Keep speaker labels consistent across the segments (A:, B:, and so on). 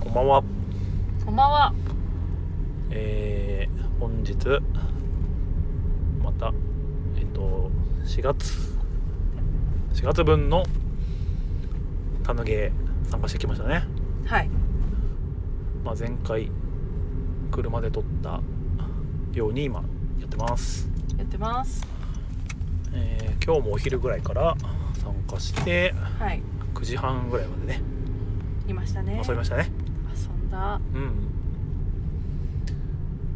A: こんばんは。
B: こんばんは。
A: えー本日またえっと4月4月分のタヌゲー参加してきましたね。
B: はい。
A: まあ前回車で撮ったように今やってます。
B: やってます。
A: えー今日もお昼ぐらいから参加して
B: はい。
A: 9時半ぐらいまでね
B: いましたね。
A: 遊びましたね。
B: 遊んだ。
A: うん。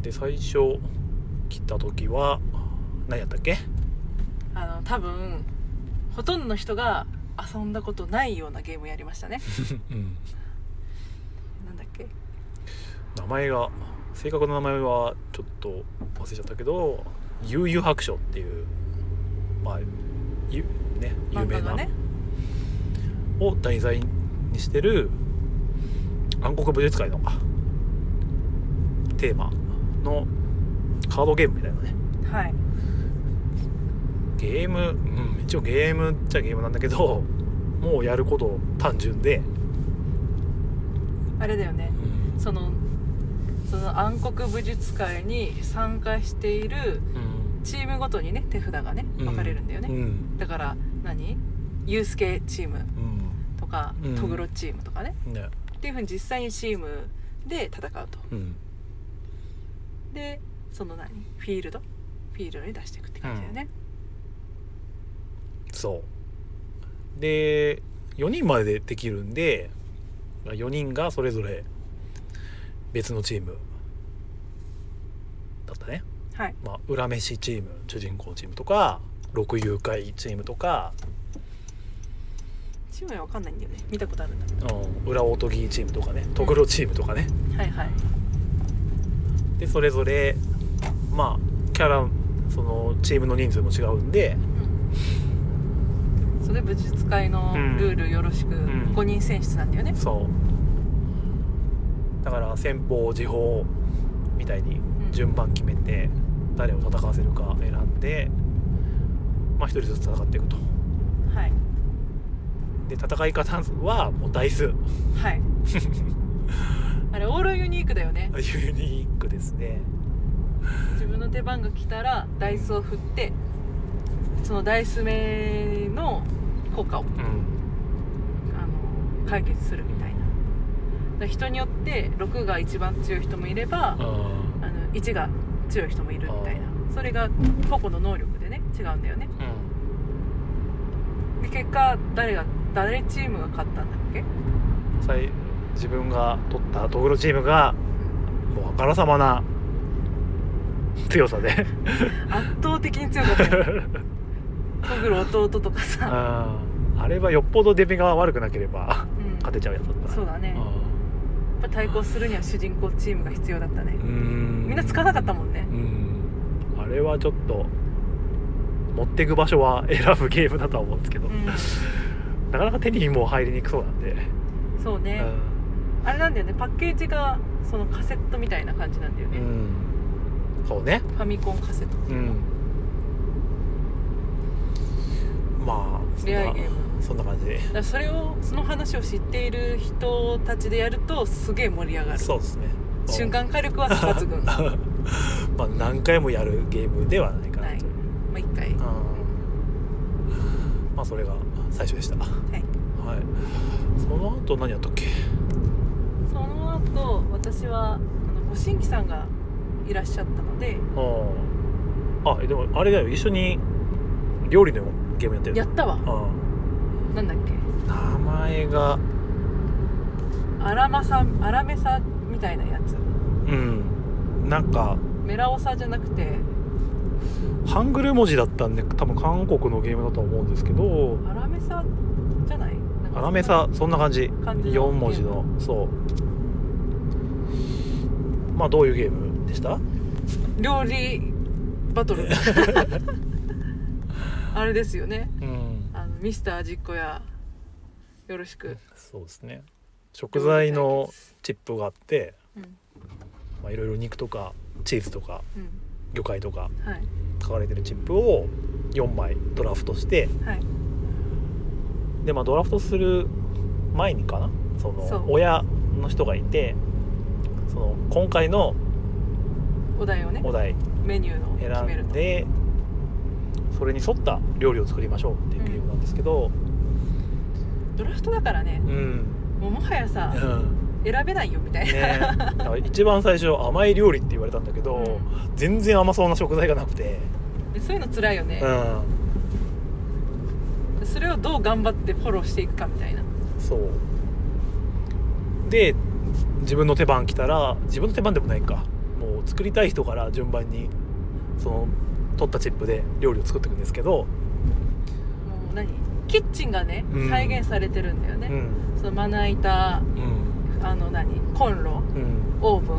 A: で最初来た時は何やったっけ？
B: あの多分ほとんどの人が遊んだことないようなゲームやり ましたね。
A: うん、
B: なんだっけ？
A: 名前が正確な名前はちょっと忘れちゃったけど「悠々白書」っていうまあゆね有
B: 漫
A: 名
B: 画
A: な、
B: がね。
A: を題材にしてる暗黒武術界のあテーマのカードゲームみたいなね
B: はい。
A: ゲーム、うん、一応ゲームっちゃゲームなんだけどもうやること単純で、
B: あれだよね。そのその暗黒武術会に参加している
A: うん
B: チームごとにね手札がね分かれるんだよね。
A: うん
B: だから何？ユースケチームとか、
A: うん
B: トグロチームとかね。
A: うんね
B: っていう風に実際にチームで戦うと。
A: うん
B: でその何フィールドフィールドに出していくって感じだよね、
A: そうで4人まででできるんで4人がそれぞれ別のチームだったね、
B: はい
A: まあ、裏飯チーム主人公チームとか六遊会チームとか、
B: チームは分かんないんだよね見たことあるんだけ
A: うん、裏おとぎチームとかねトグロチームとかね
B: どはいはい
A: でそれぞれまあキャラそのチームの人数も違うんで
B: それ武術会の
A: うん
B: ルールよろしく、
A: ん
B: 5人選出なんだよね
A: そうだから先方時報みたいに
B: ん
A: 順番決めて誰を戦わせるか選んで、まあ、1人ずつ戦っていくと
B: はい
A: で戦い方はもうダイスユ
B: はい あれオールユニークだよね
A: ニークですね
B: 自分の出番が来たらダイスを振ってそのダイス目の効果を
A: うん
B: あの解決するみたいなだから人によって6が一番強い人もいれば、
A: うん
B: あの1が強い人もいるみたいなそれが個々の能力でね違うんだよねで結果誰が誰チームが勝ったんだっけ
A: 最自分が取ったトグロチームがもうあからさまな強さ で
B: 圧倒的に強かったよ トグル弟とか
A: うん
B: さ、
A: あれはよっぽど出目が悪くなければ
B: うん、
A: 勝てちゃうやつだった
B: そうだねやっぱ対抗するには主人公チームが必要だったね
A: うん
B: みんな使わなかったもんね
A: うんあれはちょっと持ってく場所は選ぶゲームだとは思うんですけど、
B: うん
A: なかなか手にも入りにくそうなんで、
B: そうねあれなんだよねパッケージがそのカセットみたいな感じなんだよ
A: うん、う
B: ね
A: ん、そうね
B: ファミコンカセットって
A: う
B: いうんの
A: まあそん
B: レア
A: な
B: ゲーム
A: そんな感じで
B: だからそれをその話を知っている人たちでやるとすげえ盛り上がる
A: そうですね
B: 瞬間火力は抜群ま
A: まあ何回もやるゲームではないかな
B: はい
A: という、
B: あ一回は
A: うんまあそれが最初でしたはいその後何やったっけ
B: その後私はあのご新規さんがいらっしゃったので
A: あああでもあれだよ一緒に料理のゲームやってる
B: やった
A: う
B: わ
A: ん
B: なんだっけ
A: 名前が
B: アラマサアラメサみたいなやつ
A: うんなんか
B: メラオサじゃなくて
A: ハングル文字だったんで多分韓国のゲームだとは思うんですけど
B: アラメサじゃないなんか
A: アラメサそんな感じ
B: 感じの
A: 4文字のそうまあどういうゲームでした
B: 料理バ トルあれですよね
A: うん
B: あのミスター味っ子やよろしく
A: そうですね食材のチップがあって
B: うん
A: まあいろいろ肉とかチーズとか
B: うん
A: 魚介とか
B: はい
A: 書かれてるチップを4枚ドラフトして
B: はい
A: でまあドラフトする前にかなその
B: そう
A: 親の人がいてその今回の
B: お題をね
A: お題
B: メニューのを決め
A: 選
B: る
A: ん
B: と
A: でそれに沿った料理を作りましょうっていうゲームなんですけど
B: ドラフトだからね
A: うん、
B: もうもはや
A: う
B: さ
A: ん
B: 選べないよみたいな、
A: ね、だから一番最初甘い料理って言われたんだけど、
B: う
A: 全然甘そうな食材がなくて、
B: でそういうの辛いよね
A: う、ん、
B: それをどう頑張ってフォローしていくかみたいな
A: そうで自分の手番来たら自分の手番でもないかもう作りたい人から順番にその取ったチップで料理を作っていくんですけど、
B: もう何キッチンがね
A: うん
B: 再現されてるんだよ
A: う
B: ね、
A: ん
B: そのまな板
A: うん
B: あの何コンロ
A: うん
B: オーブン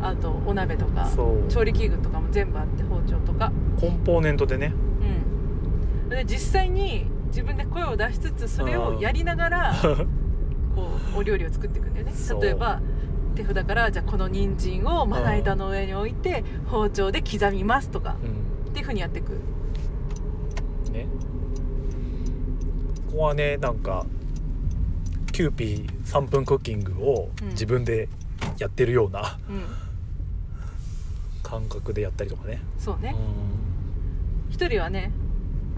A: うん
B: あとお鍋とか
A: そう
B: 調理器具とかも全部あって包丁とか
A: コンポーネントでね
B: うんで実際に自分で声を出しつつそれ
A: う
B: を
A: ん
B: やりな がらこうお料理を作っていくんだよね
A: そう
B: 例えば手札からじゃあこの人参をまな板の上に置いて包丁で刻みますとか
A: う
B: っていうふうにやっていく
A: んねここはねなんかキューピー3分クッキングを
B: うん
A: 自分でやってるような
B: うん
A: 感覚でやったりとかね
B: そうね
A: う
B: 一人はね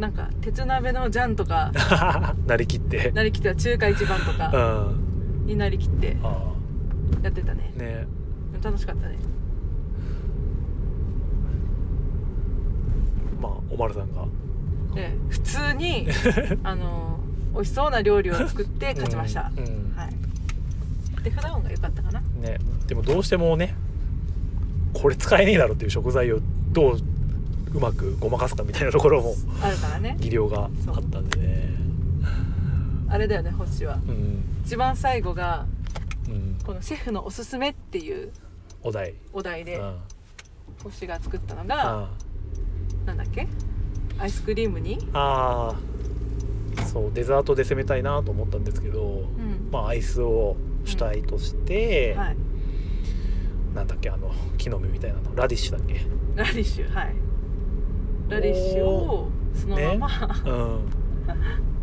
B: なんか鉄鍋のジャンとか
A: ん なりきって
B: なりきっては中華一番と
A: うん
B: か
A: あ
B: になりきって
A: あ
B: やってたね
A: ね
B: 楽しかったね
A: まあおまるさんが
B: で普通にあの美味しそうな料理を作って勝ちました、
A: うんうん
B: はいで普段が良かったかな
A: ねでもどうしてもねこれ使えねえだろっていう食材をどううまくごまかすかみたいなところも
B: あるからね
A: 技量があったんでね
B: あれだよね星は
A: うん、
B: 一番最後が
A: うん、
B: このシェフのおすすめっていう
A: お題
B: お題
A: うん
B: で星が作ったのが、
A: あ
B: なんだっけアイスクリームに、
A: あーそうデザートで攻めたいなと思ったんですけど、
B: うん
A: まあアイスを主体として、
B: はい、
A: なんだっけあの木の実みたいなのラディッシュだっけ
B: ラディッシュはいラディッシュをそのまま、
A: うん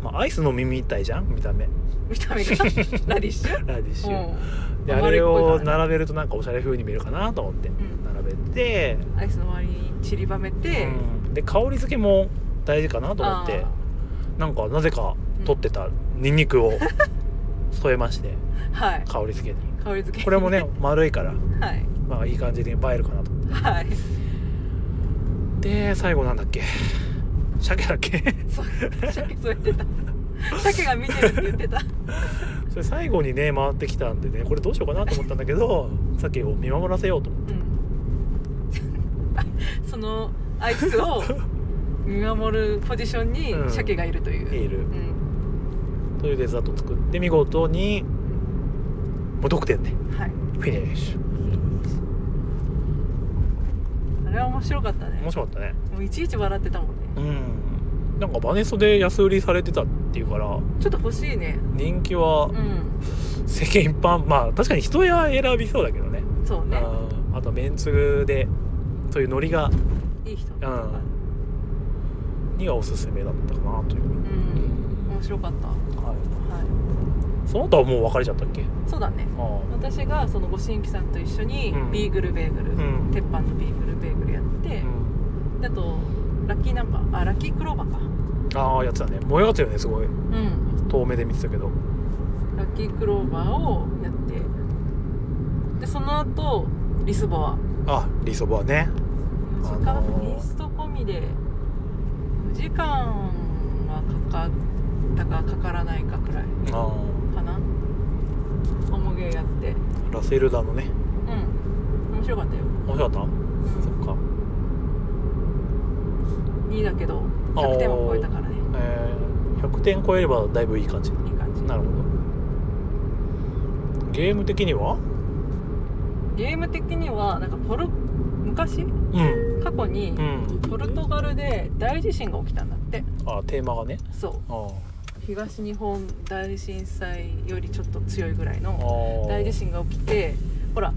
A: まあアイスの実みたいじゃん見た目
B: 見た 目がラディッシュ
A: ラディッシュ、
B: うん
A: であれを並べるとなんかおしゃれ風に見えるかなと思って
B: ん
A: 並べて、
B: アイスの周りに散りばめて、
A: うんで香り付けも大事かなと思ってなんかなぜか取ってたニンニ クを添えまして
B: あーはい
A: 香り付けに
B: 香り付け
A: これも ね丸いから、
B: はい
A: まあ、いい感じで映えるかなと思っ
B: はい
A: てで最後なんだっけ鮭だっけ
B: そう鮭そう言ってた鮭が見てるって言ってた
A: それ最後にね回ってきたんでねこれどうしようかなと思ったんだけど鮭を見守らせようと思って
B: うんそのアイスを見守るポジションに
A: うん
B: 鮭がいるという、
A: いる
B: うん
A: というデザートを作って見事に無得点で
B: はい
A: フィニッシュ
B: あれは面白かったね
A: 面白かったね
B: もういちいち笑ってたもんね
A: うんなんかバネストで安売りされてたっていうから
B: ちょっと欲しいね
A: 人気は
B: うん
A: 世間一般まあ確かに人や選びそうだけどね
B: そうね
A: うんあとメンツでそういうノリが、
B: いい人
A: う
B: とか
A: ん、にはおすすめだったかなという、
B: うん、面白かったは
A: はいい、その他はもう別れちゃったっけ
B: そうだね
A: ああ
B: 私がそのご新規さんと一緒に
A: うん
B: ビーグルベーグル、
A: うん
B: 鉄板のビーグルベーグルやって
A: う、ん
B: であとラッキーナンバーあラッキークローバーか
A: ああやつだね燃え上がったよねすごい
B: うん
A: 遠目で見てたけど
B: ラッキークローバーをやってでその後リスボア
A: あリソボはね
B: 4時
A: あ
B: 間
A: のー
B: イースト込みで4時間はかかったかかからないかくらい
A: あ
B: かなおもげやって
A: あラセルダのね
B: うん面白かったよ
A: 面白かったそっか
B: 2位だけど100点を超えたからね
A: えー100点超えればだいぶいい感じ
B: いい感じ
A: なるほどゲーム的には
B: ゲーム的にはなんかポル昔
A: うん
B: 過去に
A: うん
B: ポルトガルで大地震が起きたんだって
A: あテーマがね
B: そう
A: あー
B: 東日本大震災よりちょっと強いぐらい
A: あ
B: の
A: ー
B: 大地震が起きてほら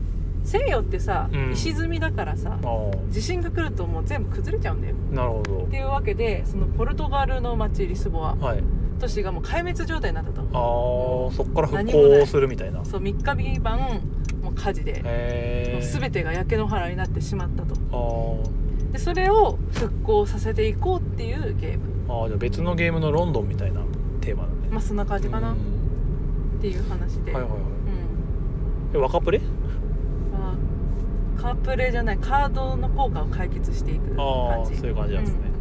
B: 西洋ってさ、
A: うん
B: 石積みだからさ
A: あー
B: 地震が来るともう全部崩れちゃうんだよ
A: なるほ
B: っていうわけでそのポルトガルの町リスボア
A: どはい
B: 都市がもう壊滅状態になったと
A: あーそっから復
B: 何もない
A: 興するみたいな
B: そう3日3晩もう火事で、
A: へ
B: も
A: え
B: う全てが焼け野原になってしまったと
A: あー
B: でそれを復興させていこうっていうゲーム
A: あーじゃあ別のゲームのロンドンみたいなテーマだね
B: まあそんな感じかな
A: う
B: っ
A: ん
B: ていう話で、
A: はいはいはい
B: うん
A: え若プレ
B: まあ、カープレイじゃないカードの効果を解決していく
A: あ
B: 感
A: あ
B: じ
A: そういう感じなんですね、
B: うん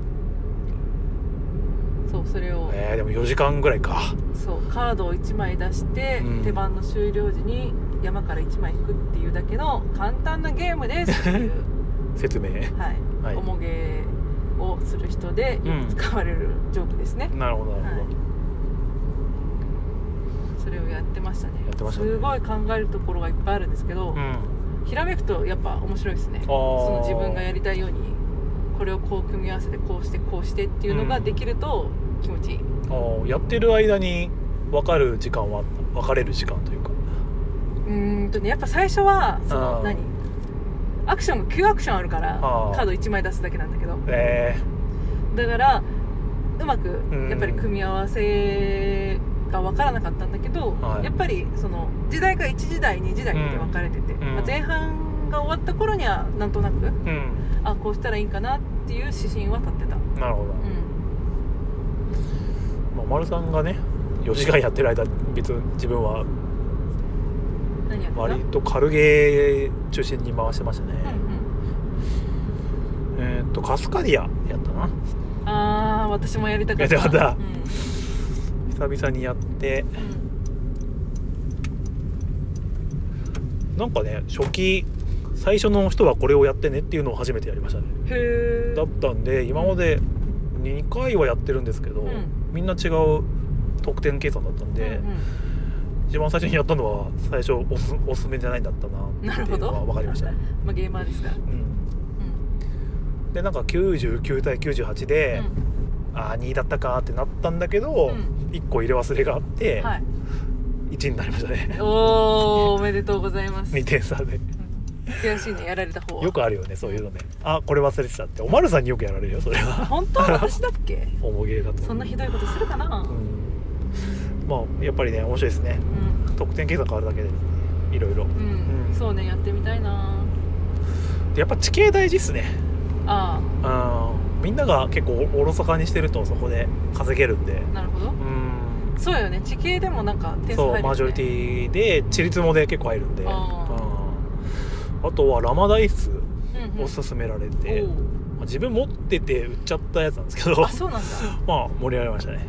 B: そうそれを、
A: えー、でも4時間ぐらいか
B: そうカードを1枚出して、
A: うん
B: 手番の終了時に山から1枚引くっていうだけの簡単なゲームですっていう、
A: 説明
B: はい
A: はい
B: おもげをする人でよく使われるジョークですね、
A: なるほどなるほど、
B: それをやってましたね
A: やってましたね
B: すごい考えるところがいっぱいあるんですけど、ひらめくとやっぱ面白いですね
A: ー
B: その自分がやりたいようにこれをこう組み合わせてこうしてこうしてっていうのができると気持ちいい、
A: うんあーやってる間に分かる時間は分かれる時間というか
B: うーんとねやっぱ最初はそ
A: あ
B: の
A: ー
B: 何アクションが9アクションあるから
A: あー
B: カード1枚出すだけなんだけど
A: え
B: だからうまく
A: ん
B: やっぱり組み合わせが分からなかったんだけど、
A: はい
B: やっぱりその時代が1時代2時代って分かれてて、
A: ん
B: まあ前半が終わった頃にはなんとなく
A: ー、うん
B: あこうしたらいいんかなっていう指針は立ってた、う
A: なるほど、
B: ん、
A: まあ、丸さんがね4時間やってる間別に自分は
B: 何やってた
A: 割と軽ゲー中心に回してましたね、
B: うん
A: えーっとカスカディアやったな
B: うん、あー私もやりたかった
A: やりたかった
B: うん
A: 久々にやって
B: うん
A: なんかね初期最初の人はこれをやってねっていうのを初めてやりましたね
B: へえ
A: だったんで今まで2回はやってるんですけど、
B: うん
A: みんな違う得点計算だったんで、
B: うんうん
A: 一番最初にやったのは最初おすおすすめじゃないんだったな
B: な
A: っ
B: る
A: てい
B: ほ
A: う
B: ど
A: のは分かりましたね、
B: まあゲーマーですから、う
A: うんん、でなんか99対98で、ああ2だったかってなったんだけど、
B: うん
A: 1個入れ忘れがあっ
B: う
A: て、
B: ん、はい
A: 1になりましたね
B: おーおめでとうございます
A: 2点差で
B: うん悔しいねやられた方は
A: よくあるよねそういうのねあこれ忘れてたっておまるさんによくやられるよそれ は
B: 本当は私だっけ
A: おもげだと
B: そんなひどいことするかな
A: う、ん、まあやっぱりね面白いですね
B: うん
A: 得点計算変わるだけでいろいろ
B: うん
A: うん
B: そうねやってみたいな
A: でやっぱ地形大事っすね
B: あ
A: うんみんなが結構おおろそかにしてるとそこで稼げるんで
B: あなるほど
A: うん
B: そうよね地形でもなんか点数入るよ
A: そ
B: ね
A: うマジョリティでチリツモで結構入るんでうん
B: あ
A: あとはラマダイス
B: うんうん
A: を勧められて、
B: おう
A: まあ自分持ってて売っちゃったやつなんですけど
B: あそうなんだ
A: まあ盛り上がりましたね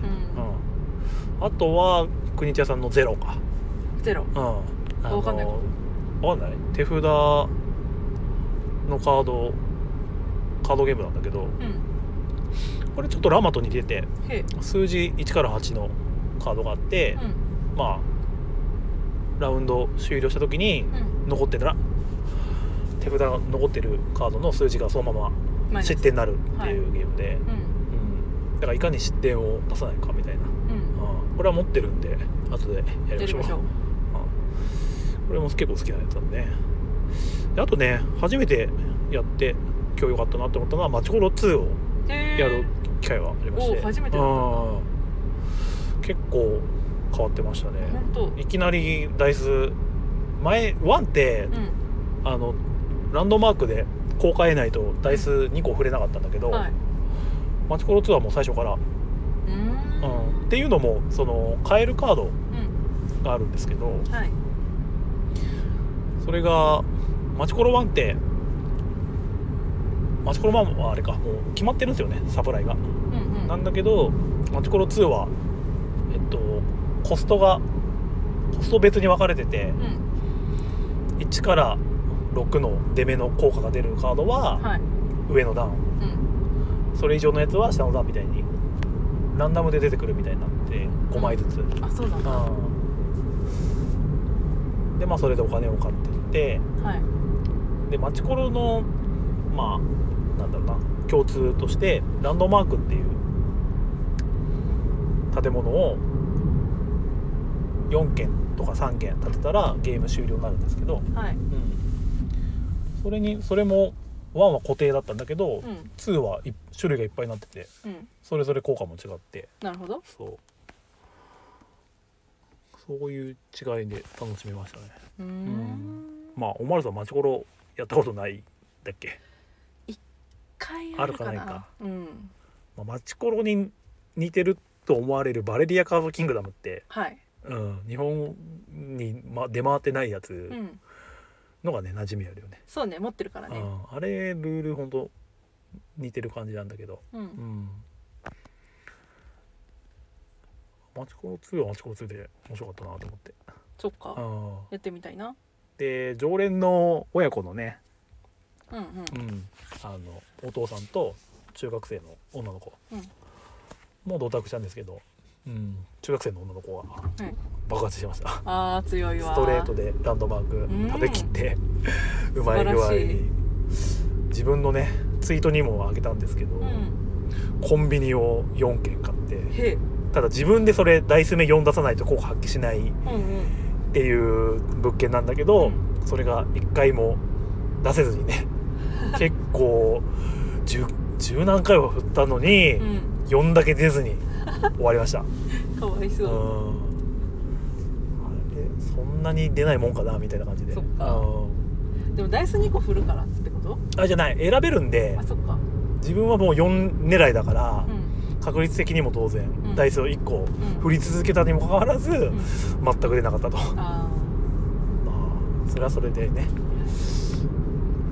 A: う
B: う、、
A: んん、あとは国千屋さんのゼロか
B: ゼロ
A: うん、あの
B: わかんないこ
A: わかんない手札のカードカードゲームなんだけど
B: うん
A: これちょっとラマと似てて
B: へえ
A: 数字1から8のカードがあって
B: う、ん
A: まあラウンド終了した時に
B: うん
A: 残ってた手札が残ってるカードの数字がそのまま
B: マイナス
A: 失点になるっていうゲームで、
B: うん
A: うん、だからいかに失点を出さないかみたいな、
B: うん
A: うん、これは持ってるんで後でやり
B: や
A: ま
B: り
A: しょ
B: ましょ
A: う
B: う。
A: うんこれも結構好きなやつなんでであとね初めてやって今日良かったなって思ったのはマチコロ2を
B: へえ
A: やる機会がありまして、
B: おう初めてだったんだ
A: うん結構変わってましたね
B: 本当
A: いきなりダイス前1って、
B: う
A: あのランドマークで公開得ないとダイス2個触れなかったんだけど、
B: んはい
A: マチコロ2はもう最初から、
B: うーん
A: うんっていうのもその買えるカード
B: うん
A: があるんですけど、
B: はい
A: それがマチコロワンってマチコロワンはあれかもう決まってるんですよねサプライが、
B: うんうん
A: なんだけどマチコロ2はえっとコストがコスト別に分かれてて
B: うん
A: 1から6の出目の効果が出るカードは
B: はい
A: 上の段、
B: うん
A: それ以上のやつは下の段みたいにランダムで出てくるみたいになって5枚ずつ、
B: あそうなんだは
A: うんでまあそれでお金を買ってって
B: い
A: でマチコロのまあなんだろうな共通としてランドマークっていう建物を4軒とか3軒建てたらゲーム終了になるんですけど、
B: はい
A: それにそれも1は固定だったんだけど、
B: うん
A: 2はい種類がいっぱいになってて
B: うん
A: それぞれ効果も違って
B: なるほど
A: そうそういう違いで楽しみましたね
B: うー
A: ん
B: ん
A: まあおまるさん町コロやったことないだっけ、
B: 回
A: あるかないか
B: うん
A: まあ、町コロに似てると思われるバレリアカードキングダムって、
B: はい
A: うん、日本に、ま、出回ってないやつ
B: うん
A: のがね馴染みあるよね
B: そうね持ってるからね
A: うん、あれルールほんと似てる感じなんだけど
B: うん、
A: うんマチコロ2はマチコロ2で面白かったなと思って
B: そっか、
A: うん
B: やってみたいな
A: で常連の親子のね、
B: うんうん
A: うん、あのお父さんと中学生の女の子、
B: うん
A: もう同卓したんですけど、うん、中学生の女の子が
B: い
A: 爆発してました、
B: あー強いわ
A: ストレートでランドマー
B: う
A: ク
B: ん
A: 食べきって、うまい具合
B: 素晴らしい
A: に自分のねツイートにもあげたんですけど、
B: うん
A: コンビニを4軒買って
B: へえ
A: ただ自分でそれダイス目4出さないと効果発揮しないっ
B: うんうん
A: ていう物件なんだけど、
B: う
A: それが1回も出せずに ね結構十十何回は振ったのに、
B: う
A: 4だけ出ずに終わりま した。
B: んかわいうそ
A: んあれそんなに出ないもんかなみたいな感じで
B: そっか
A: うん
B: うでもダイス2個振るからってこと
A: あじゃない選べるんで
B: あそっか
A: 自分はもう4狙いだから
B: う、ん
A: 確率的にも当然、
B: ん
A: ダイスを1個
B: うん
A: 振り続けたにもかかわらず、
B: うん
A: 全く出なかったと、ま
B: あ
A: あ、それはそれでね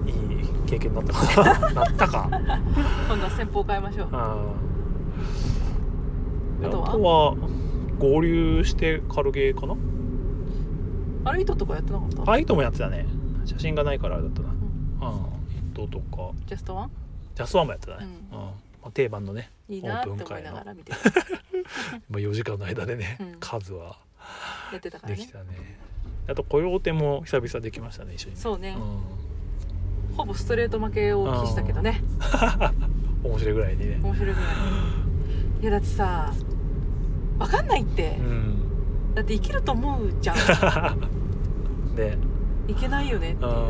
A: いい経験になったか ななったか
B: ー今度は戦法変えましょう
A: うんで
B: あとは
A: あとは合流して軽ゲーかな
B: あれ糸とかやってなかった
A: あいともやってたね写真がないからあれだったな
B: うん
A: うん糸とか
B: ジャストワン
A: ジャスワンもやってたね、う
B: うん
A: まあ、定番のね
B: いいなって思いながら見て
A: まあ4時間の間でね、
B: うん
A: 数は
B: やってたから
A: で
B: ね
A: きたねあとコヨーテも久々できましたね一緒にね
B: そうね
A: う
B: ほぼストレート負けを喫したけどね
A: ん、面白いぐらいにね
B: 面白くないいやだってさわかんないって
A: うん
B: だって生きると思うじ ゃ ん
A: で
B: いけないよねって
A: う
B: いうんも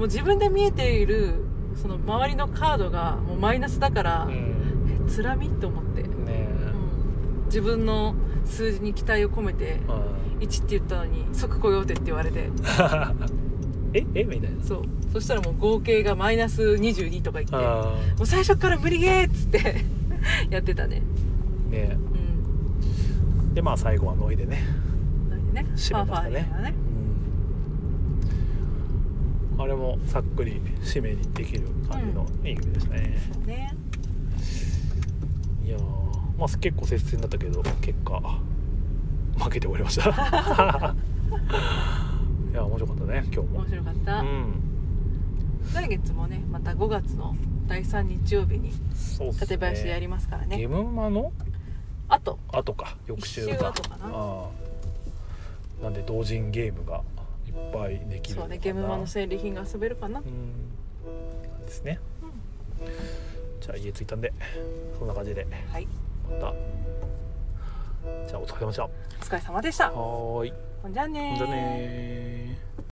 B: う自分で見えているその周りのカードがもうマイナスだから、
A: うん
B: えつらみって思って、
A: ねえ
B: うん自分の数字に期待を込めて
A: うん
B: 1って言ったのに即雇用手って言われて
A: ええみたいな
B: そうそしたらもう合計がマイナス22とか言っても
A: あ
B: う最初から無理ゲーっつって やってたね
A: ーね
B: うん
A: えでまあ最後はノイでね、
B: なんでね
A: 締めましたね
B: ファーファーリーがね
A: うん、あれもさっくり締めにできる感じのいい曲でしたね、
B: そうね
A: いやーまあ結構接戦だったけど結果負けて終わりま したいや面白かったね今日も
B: 面白かった、
A: うん
B: 来月もねまた5月の第3日曜日に
A: そうっすね
B: 館林でやりますから
A: ゲ
B: ね
A: ームマの
B: あと
A: 後か翌週か
B: 一週後かな
A: ああなんで同人ゲームがいっぱいできる
B: そうねゲームマの
A: せ
B: 戦利品が遊べるかな
A: うんですね、じゃあ家着いたんでそんな感じで
B: はい
A: またじゃあお疲れ様でしたは
B: お疲れ様でした
A: ーい
B: ほんじゃあねー
A: ほんじゃねー